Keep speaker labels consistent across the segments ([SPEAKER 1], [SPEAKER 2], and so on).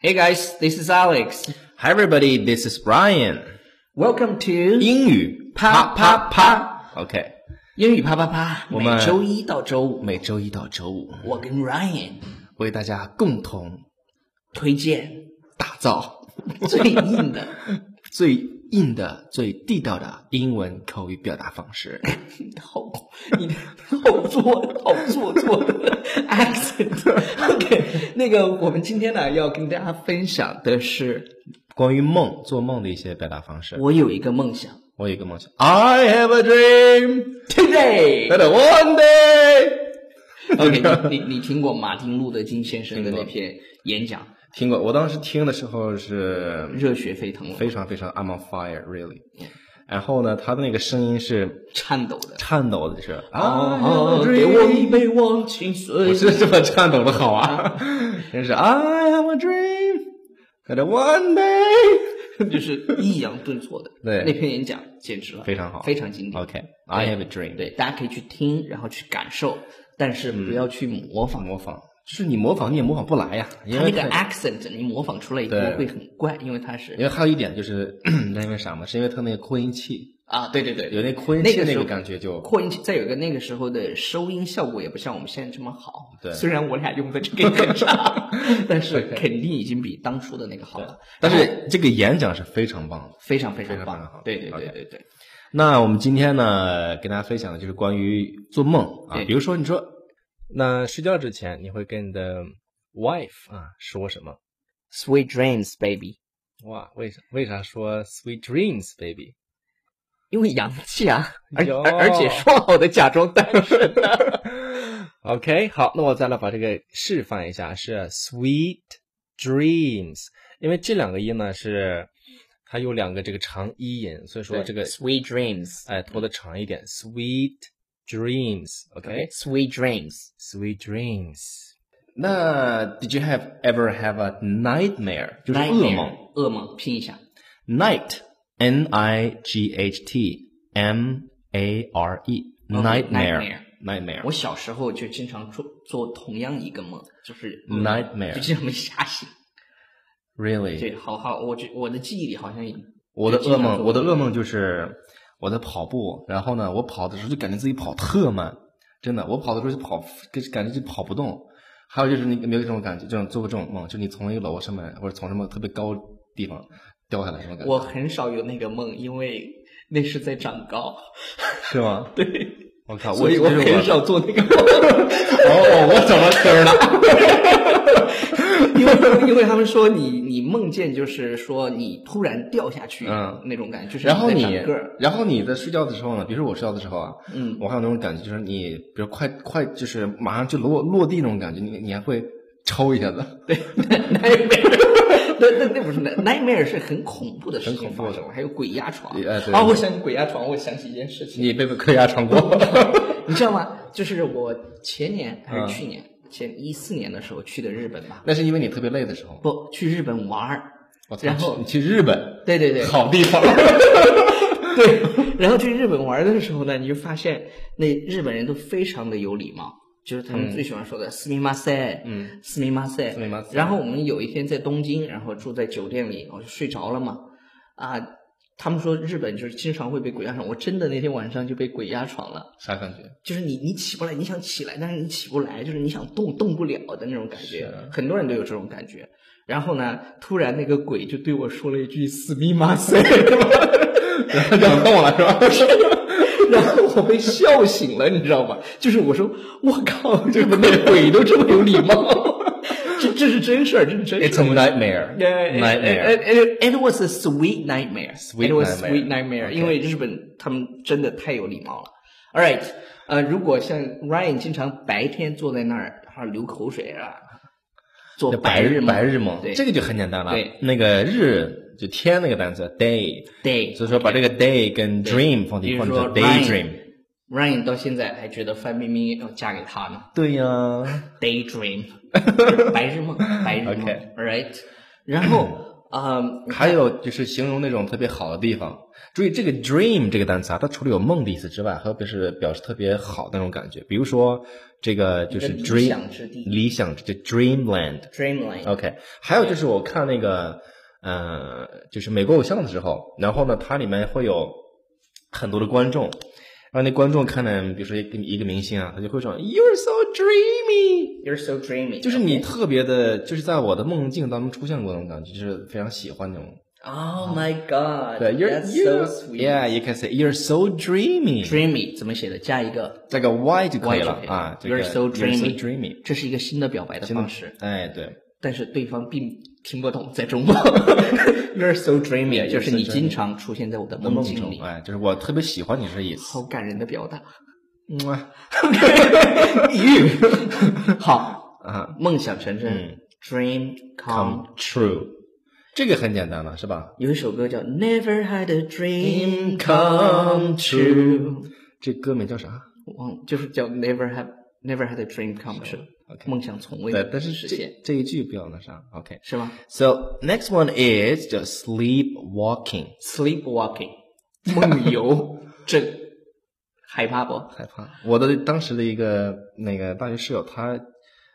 [SPEAKER 1] Hey guys, this is Alex.
[SPEAKER 2] Hi everybody, this is Brian.
[SPEAKER 1] Welcome to
[SPEAKER 2] 英语啪啪啪。OK，
[SPEAKER 1] 英语啪啪啪，
[SPEAKER 2] 我
[SPEAKER 1] 每
[SPEAKER 2] 们
[SPEAKER 1] 周一到周五，
[SPEAKER 2] 每周一到周五
[SPEAKER 1] 我跟 Ryan
[SPEAKER 2] 为大家共同
[SPEAKER 1] 推 荐
[SPEAKER 2] 打造
[SPEAKER 1] 最硬的，
[SPEAKER 2] 最硬的、最地道的英文口语表达方 式。
[SPEAKER 1] 后你的后座后座座的 accent。OK，那个我们今天呢要跟大家分享的是，
[SPEAKER 2] 关于梦、做梦的一些表达方式。
[SPEAKER 1] 我有一个梦想
[SPEAKER 2] 我有一个梦想，I have a dream
[SPEAKER 1] today。
[SPEAKER 2] that one day。
[SPEAKER 1] OK，你你你听过马丁路德金先生的那篇演讲，
[SPEAKER 2] 听过，我当时听的时候是
[SPEAKER 1] 热血沸腾了，
[SPEAKER 2] 非常非常 I'm on fire really。然后呢，他的那个声音是
[SPEAKER 1] 颤抖的。
[SPEAKER 2] 颤抖的，是 Oh,
[SPEAKER 1] 哦，
[SPEAKER 2] I have a
[SPEAKER 1] 给我
[SPEAKER 2] dream
[SPEAKER 1] 一杯忘情水
[SPEAKER 2] 不。啊是这么颤抖的好啊，真是 I have a dream that one day
[SPEAKER 1] 就是抑扬顿挫的。
[SPEAKER 2] 对
[SPEAKER 1] 那篇演讲简直了，
[SPEAKER 2] 非常好
[SPEAKER 1] 非常经典。
[SPEAKER 2] OK，I have a dream，，
[SPEAKER 1] 对，大家可以去听，然后去感受，但是不要去模仿。
[SPEAKER 2] 嗯模仿就是你模仿你也模仿不来呀，因
[SPEAKER 1] 他
[SPEAKER 2] 为
[SPEAKER 1] 那个
[SPEAKER 2] 它
[SPEAKER 1] accent 你模仿出来以后
[SPEAKER 2] 对
[SPEAKER 1] 会很怪，因为他是
[SPEAKER 2] 因为还有一点就是 那因为啥嘛，是因为它那个扩音器
[SPEAKER 1] 啊，对对对，
[SPEAKER 2] 有那扩音
[SPEAKER 1] 那
[SPEAKER 2] 器
[SPEAKER 1] 个
[SPEAKER 2] 那
[SPEAKER 1] 时候
[SPEAKER 2] 个感觉就
[SPEAKER 1] 扩音器，再有一个那个时候的收音效果也不像我们现在这么好。
[SPEAKER 2] 对
[SPEAKER 1] 虽然我俩用的这个也很 差，但是肯定已经比当初的那个好了。
[SPEAKER 2] 但是这个演讲是非常棒的。
[SPEAKER 1] 非常非常
[SPEAKER 2] 非常非常
[SPEAKER 1] 棒
[SPEAKER 2] 好，
[SPEAKER 1] 对对对
[SPEAKER 2] OK
[SPEAKER 1] 对对，
[SPEAKER 2] 那我们今天呢，跟大家分享的就是关于做梦啊
[SPEAKER 1] 对，
[SPEAKER 2] 比如说你说，那睡觉之前你会跟你的 wife 啊说什么？
[SPEAKER 1] Sweet dreams, baby，
[SPEAKER 2] 哇，为啥为啥说 sweet dreams baby？
[SPEAKER 1] 因为洋气啊，而
[SPEAKER 2] 哟
[SPEAKER 1] 而而且说好的假装单身呢、
[SPEAKER 2] OK，好，那我再来把这个示范一下，是 Sweet Dreams，因为这两个音呢是它有两个这个长一音，所以说
[SPEAKER 1] 对
[SPEAKER 2] 这个
[SPEAKER 1] sweet dreams，
[SPEAKER 2] 哎拖的长一点，Sweet Dreams，OK，Sweet、
[SPEAKER 1] sweet dreams，
[SPEAKER 2] Dreams。那 Did you have ever have a nightmare？就是啊噩
[SPEAKER 1] nightmare，
[SPEAKER 2] 梦
[SPEAKER 1] 噩梦，拼一下
[SPEAKER 2] ，Night，N I G H T M A R E E，Nightmare，Nightmare。
[SPEAKER 1] 我小时候就经常做做同样一个梦，就是噩梦
[SPEAKER 2] 嗯 Nightmare
[SPEAKER 1] 就经常被吓 醒。
[SPEAKER 2] Really？
[SPEAKER 1] 对，好好，我觉我的记忆里好像也
[SPEAKER 2] 我的
[SPEAKER 1] 就经
[SPEAKER 2] 噩
[SPEAKER 1] 常
[SPEAKER 2] 梦，
[SPEAKER 1] 做
[SPEAKER 2] 我的噩梦就是我在跑步，然后呢，我跑的时候就感觉自己跑特慢，真的，我跑的时候就跑，跟感觉就跑不动。还有就是你有没有这种感觉，这种做过这种梦，就你从一个楼上面或者从什么特别高地方掉下来什么感觉，
[SPEAKER 1] 我很少有那个梦，因为那是在长高，
[SPEAKER 2] 是吗？
[SPEAKER 1] 对，
[SPEAKER 2] 我靠，
[SPEAKER 1] 所以
[SPEAKER 2] 啊我
[SPEAKER 1] 我
[SPEAKER 2] 这
[SPEAKER 1] 很
[SPEAKER 2] 是我
[SPEAKER 1] 少做那个 梦，
[SPEAKER 2] 哦，我怎么嘚了？
[SPEAKER 1] 因为因为他们说你你梦见就是说你突然掉下去，
[SPEAKER 2] 嗯
[SPEAKER 1] 那种感觉， 就是
[SPEAKER 2] 然后
[SPEAKER 1] 在
[SPEAKER 2] 你
[SPEAKER 1] 长个儿，
[SPEAKER 2] 然后你在睡觉的时候呢，比如说我睡觉的时候啊，
[SPEAKER 1] 嗯，
[SPEAKER 2] 我还有那种感觉，就是你比如快快就是马上就落落地那种感觉，你你还会抽一下子。
[SPEAKER 1] 对 nightmare，那那那不是 nightmare 是很恐怖的事情
[SPEAKER 2] 很恐怖
[SPEAKER 1] 发
[SPEAKER 2] 的
[SPEAKER 1] 生，还有鬼压床。
[SPEAKER 2] 哎对
[SPEAKER 1] 啊，我想起鬼压床，我想起一件事情，
[SPEAKER 2] 你被被压床过？
[SPEAKER 1] 你知道吗？就是我前年还是去年，前一四年的时候去的日本吧，
[SPEAKER 2] 那是因为你特别累的时候。
[SPEAKER 1] 不去日本玩儿，
[SPEAKER 2] 我操
[SPEAKER 1] 然后
[SPEAKER 2] 你去日本，
[SPEAKER 1] 对对对
[SPEAKER 2] 好地 方。
[SPEAKER 1] 对， 然后去日本玩的时候呢，你就发现那日本人都非常的有礼貌。就是他们最喜欢说的“斯密马塞”，
[SPEAKER 2] 嗯，
[SPEAKER 1] 斯密马塞，
[SPEAKER 2] すみません
[SPEAKER 1] 然后我们有一天在东京，然后住在酒店里，我就睡着了嘛，啊，他们说日本就是经常会被鬼压床，我真的那天晚上就被鬼压床了，
[SPEAKER 2] 啥感觉？
[SPEAKER 1] 就是你你起不来，你想起来，但是你起不来，就是你想动动不了的那种感觉
[SPEAKER 2] 是，啊
[SPEAKER 1] 很多人都有这种感觉。然后呢，突然那个鬼就对我说了一句“斯密马塞”，
[SPEAKER 2] 然后了是吧？
[SPEAKER 1] 然后我被笑醒了，你知道吧？就是我说，我靠，这个那鬼都这么有礼貌，这 这是真事儿，这是真
[SPEAKER 2] It's
[SPEAKER 1] 事
[SPEAKER 2] a
[SPEAKER 1] 儿。
[SPEAKER 2] nightmare.
[SPEAKER 1] Yeah,
[SPEAKER 2] Nightmare.
[SPEAKER 1] It, it, it was a sweet nightmare.
[SPEAKER 2] Sweet
[SPEAKER 1] it was
[SPEAKER 2] nightmare.
[SPEAKER 1] sweet nightmare.
[SPEAKER 2] Okay.
[SPEAKER 1] 因为日本他们真的太有礼貌了。All right，呃，如果像 Ryan 经常白天坐在那儿，然后流口水啊，做
[SPEAKER 2] 那白
[SPEAKER 1] 日
[SPEAKER 2] 日白日
[SPEAKER 1] 梦
[SPEAKER 2] 梦，，
[SPEAKER 1] 对，
[SPEAKER 2] 这个就很简单了。
[SPEAKER 1] 对，
[SPEAKER 2] 那个日就天那个单词 day，
[SPEAKER 1] day，
[SPEAKER 2] 所以说把这个 day 跟 dream 放在一块儿
[SPEAKER 1] 比
[SPEAKER 2] 就
[SPEAKER 1] 如说
[SPEAKER 2] 叫 daydream。
[SPEAKER 1] Ryan 到现在还觉得范冰冰要嫁给他呢。
[SPEAKER 2] 对呀，
[SPEAKER 1] daydream，就是白日梦，白日梦
[SPEAKER 2] OK
[SPEAKER 1] ，right？然后啊、啊、
[SPEAKER 2] 还有就是形容那种特别好的地方。注意这个 dream 这个单词啊，它除了有梦的意思之外，还有就是表示特别好那种感觉。比如说这个就是
[SPEAKER 1] 一个理
[SPEAKER 2] dream
[SPEAKER 1] 想之地
[SPEAKER 2] 理想之地 dreamland。
[SPEAKER 1] ，dreamland，、
[SPEAKER 2] OK，还有就是我看那个呃，就是美国偶像的时候，然后呢，它里面会有很多的观众，然后那观众看到，比如说一个一个明星啊，他就会说 You're so dreamy，
[SPEAKER 1] You're so dreamy，
[SPEAKER 2] 就是你特别的，就是在我的梦境当中出现过那种感觉，就是非常喜欢那种。
[SPEAKER 1] Oh my God，
[SPEAKER 2] 对，You're
[SPEAKER 1] that's so
[SPEAKER 2] you
[SPEAKER 1] sweet。
[SPEAKER 2] yeah，you can say You're so dreamy，
[SPEAKER 1] Dreamy 怎么写的？加一个，
[SPEAKER 2] 这个 Y 就可
[SPEAKER 1] Y
[SPEAKER 2] 以
[SPEAKER 1] 就
[SPEAKER 2] 了
[SPEAKER 1] 可以
[SPEAKER 2] 啊。Ah, 这
[SPEAKER 1] You're
[SPEAKER 2] 个
[SPEAKER 1] so
[SPEAKER 2] You're so
[SPEAKER 1] dreamy
[SPEAKER 2] dreamy，
[SPEAKER 1] 这是一个新的表白的
[SPEAKER 2] 真的
[SPEAKER 1] 方式，
[SPEAKER 2] 哎，对。
[SPEAKER 1] 但是对方并听不懂，在中国 ，You're so dreamy，
[SPEAKER 2] Yeah，
[SPEAKER 1] 就是你
[SPEAKER 2] you're so dreamy
[SPEAKER 1] 经常出现在我的梦
[SPEAKER 2] 梦
[SPEAKER 1] 境里
[SPEAKER 2] 中，，哎，就是我特别喜欢你这意思
[SPEAKER 1] 好。感人的表达。
[SPEAKER 2] 嗯 啊
[SPEAKER 1] 好，
[SPEAKER 2] 啊，
[SPEAKER 1] 梦想成真
[SPEAKER 2] 嗯
[SPEAKER 1] ，Dream come。
[SPEAKER 2] come true，这个很简单了，是吧
[SPEAKER 1] 有一首歌叫 Never Had a Dream Come
[SPEAKER 2] come
[SPEAKER 1] True，
[SPEAKER 2] true 这歌名叫啥？
[SPEAKER 1] 忘就是叫 Never Have Never Had a Dream Come True，
[SPEAKER 2] OK
[SPEAKER 1] 梦想从未
[SPEAKER 2] 对，但是
[SPEAKER 1] 实
[SPEAKER 2] 这
[SPEAKER 1] 现，
[SPEAKER 2] 这一句比较那啥。OK，
[SPEAKER 1] 是吗
[SPEAKER 2] So next one is the sleepwalking，
[SPEAKER 1] ？Sleepwalking，梦游症，害怕不？
[SPEAKER 2] 害怕。我的当时的一个那个大学室友，他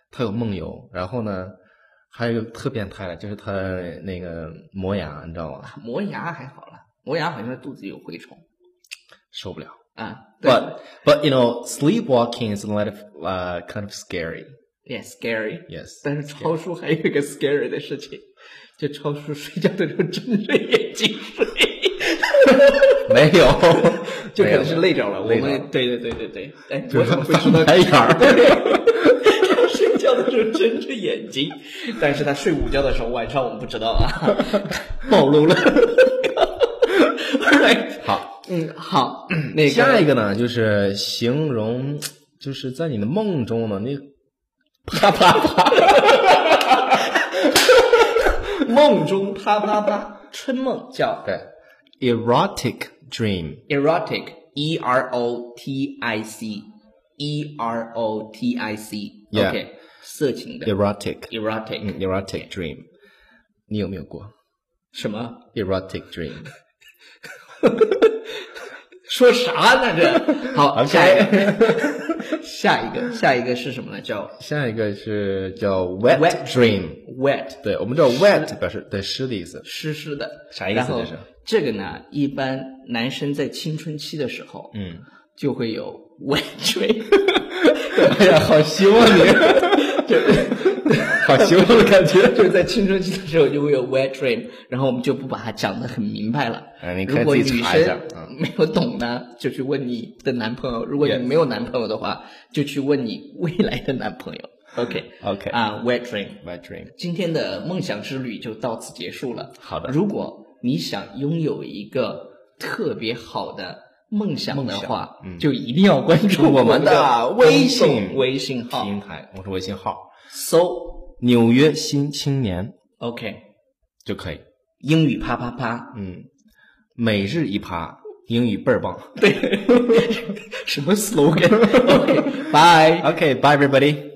[SPEAKER 2] 他有梦游，然后呢，还有一个特变态的，就是他那个磨牙，你知道吗？
[SPEAKER 1] 磨牙还好啦，磨牙好像是肚子有蛔虫
[SPEAKER 2] 受不了。
[SPEAKER 1] 啊。对
[SPEAKER 2] But but you know sleepwalking is a lot of uh kind of scary.
[SPEAKER 1] Yeah, scary。
[SPEAKER 2] Yes.
[SPEAKER 1] 但是超叔还有一个 scary 的事情，就超叔睡觉的时候睁着眼睛睡，
[SPEAKER 2] 没有，
[SPEAKER 1] 就可能是累着了。我
[SPEAKER 2] 累着
[SPEAKER 1] 们对对对对对，哎，
[SPEAKER 2] 就
[SPEAKER 1] 我
[SPEAKER 2] 是
[SPEAKER 1] 怎么会知道
[SPEAKER 2] 翻白眼儿
[SPEAKER 1] 对睡觉的时候睁着眼睛，但是他睡午觉的时候，晚上我们不知道啊，暴露了。Alright，
[SPEAKER 2] 好，
[SPEAKER 1] 嗯， 好，那个
[SPEAKER 2] 下一个呢，就是形容，就是在你的梦中呢，你
[SPEAKER 1] 啪啪啪，梦中啪啪啪，春梦叫
[SPEAKER 2] 对 erotic dream，
[SPEAKER 1] erotic e r o t i c e r o t i c
[SPEAKER 2] Yeah
[SPEAKER 1] OK 色情的
[SPEAKER 2] erotic，
[SPEAKER 1] erotic、
[SPEAKER 2] 嗯，erotic dream，你有没有过
[SPEAKER 1] 什么？
[SPEAKER 2] erotic dream？
[SPEAKER 1] 说啥呢 这？好
[SPEAKER 2] OK
[SPEAKER 1] 下一个， 下一个，下一个是什么呢？叫
[SPEAKER 2] 下一个是叫 wet,
[SPEAKER 1] Wet
[SPEAKER 2] dream，
[SPEAKER 1] wet
[SPEAKER 2] 对，我们知道 wet 表示对湿的意思，
[SPEAKER 1] 湿湿的，
[SPEAKER 2] 啥意思
[SPEAKER 1] 然后
[SPEAKER 2] 这是
[SPEAKER 1] 这个呢，一般男生在青春期的时候，
[SPEAKER 2] 嗯，
[SPEAKER 1] 就会有 wet dream。
[SPEAKER 2] 哎呀，好希望 你，好希望的感觉，
[SPEAKER 1] 就是在青春期的时候就会有 wet dream，然后我们就不把它讲得很明白了。
[SPEAKER 2] 哎你可以
[SPEAKER 1] 如果女
[SPEAKER 2] 自己
[SPEAKER 1] 生
[SPEAKER 2] 查一下嗯
[SPEAKER 1] 没有懂呢，就去问你的男朋友；如果你
[SPEAKER 2] Yes
[SPEAKER 1] 没有男朋友的话，就去问你未来的男朋友。OK
[SPEAKER 2] OK
[SPEAKER 1] 啊、w e t dream。
[SPEAKER 2] ，my dream，
[SPEAKER 1] 今天的梦想之旅就到此结束了。
[SPEAKER 2] 好的
[SPEAKER 1] 如果你想拥有一个特别好的梦想的话，就一定要关注
[SPEAKER 2] 嗯我
[SPEAKER 1] 们
[SPEAKER 2] 们的微信
[SPEAKER 1] 公众微信号
[SPEAKER 2] 平台，我是微信号。
[SPEAKER 1] 搜
[SPEAKER 2] 纽约新青年
[SPEAKER 1] OK
[SPEAKER 2] 就可以。
[SPEAKER 1] 英语啪啪啪。
[SPEAKER 2] 嗯，每日一趴，英语倍儿棒。
[SPEAKER 1] 什么 slogan？OK，拜。
[SPEAKER 2] OK，bye、everybody。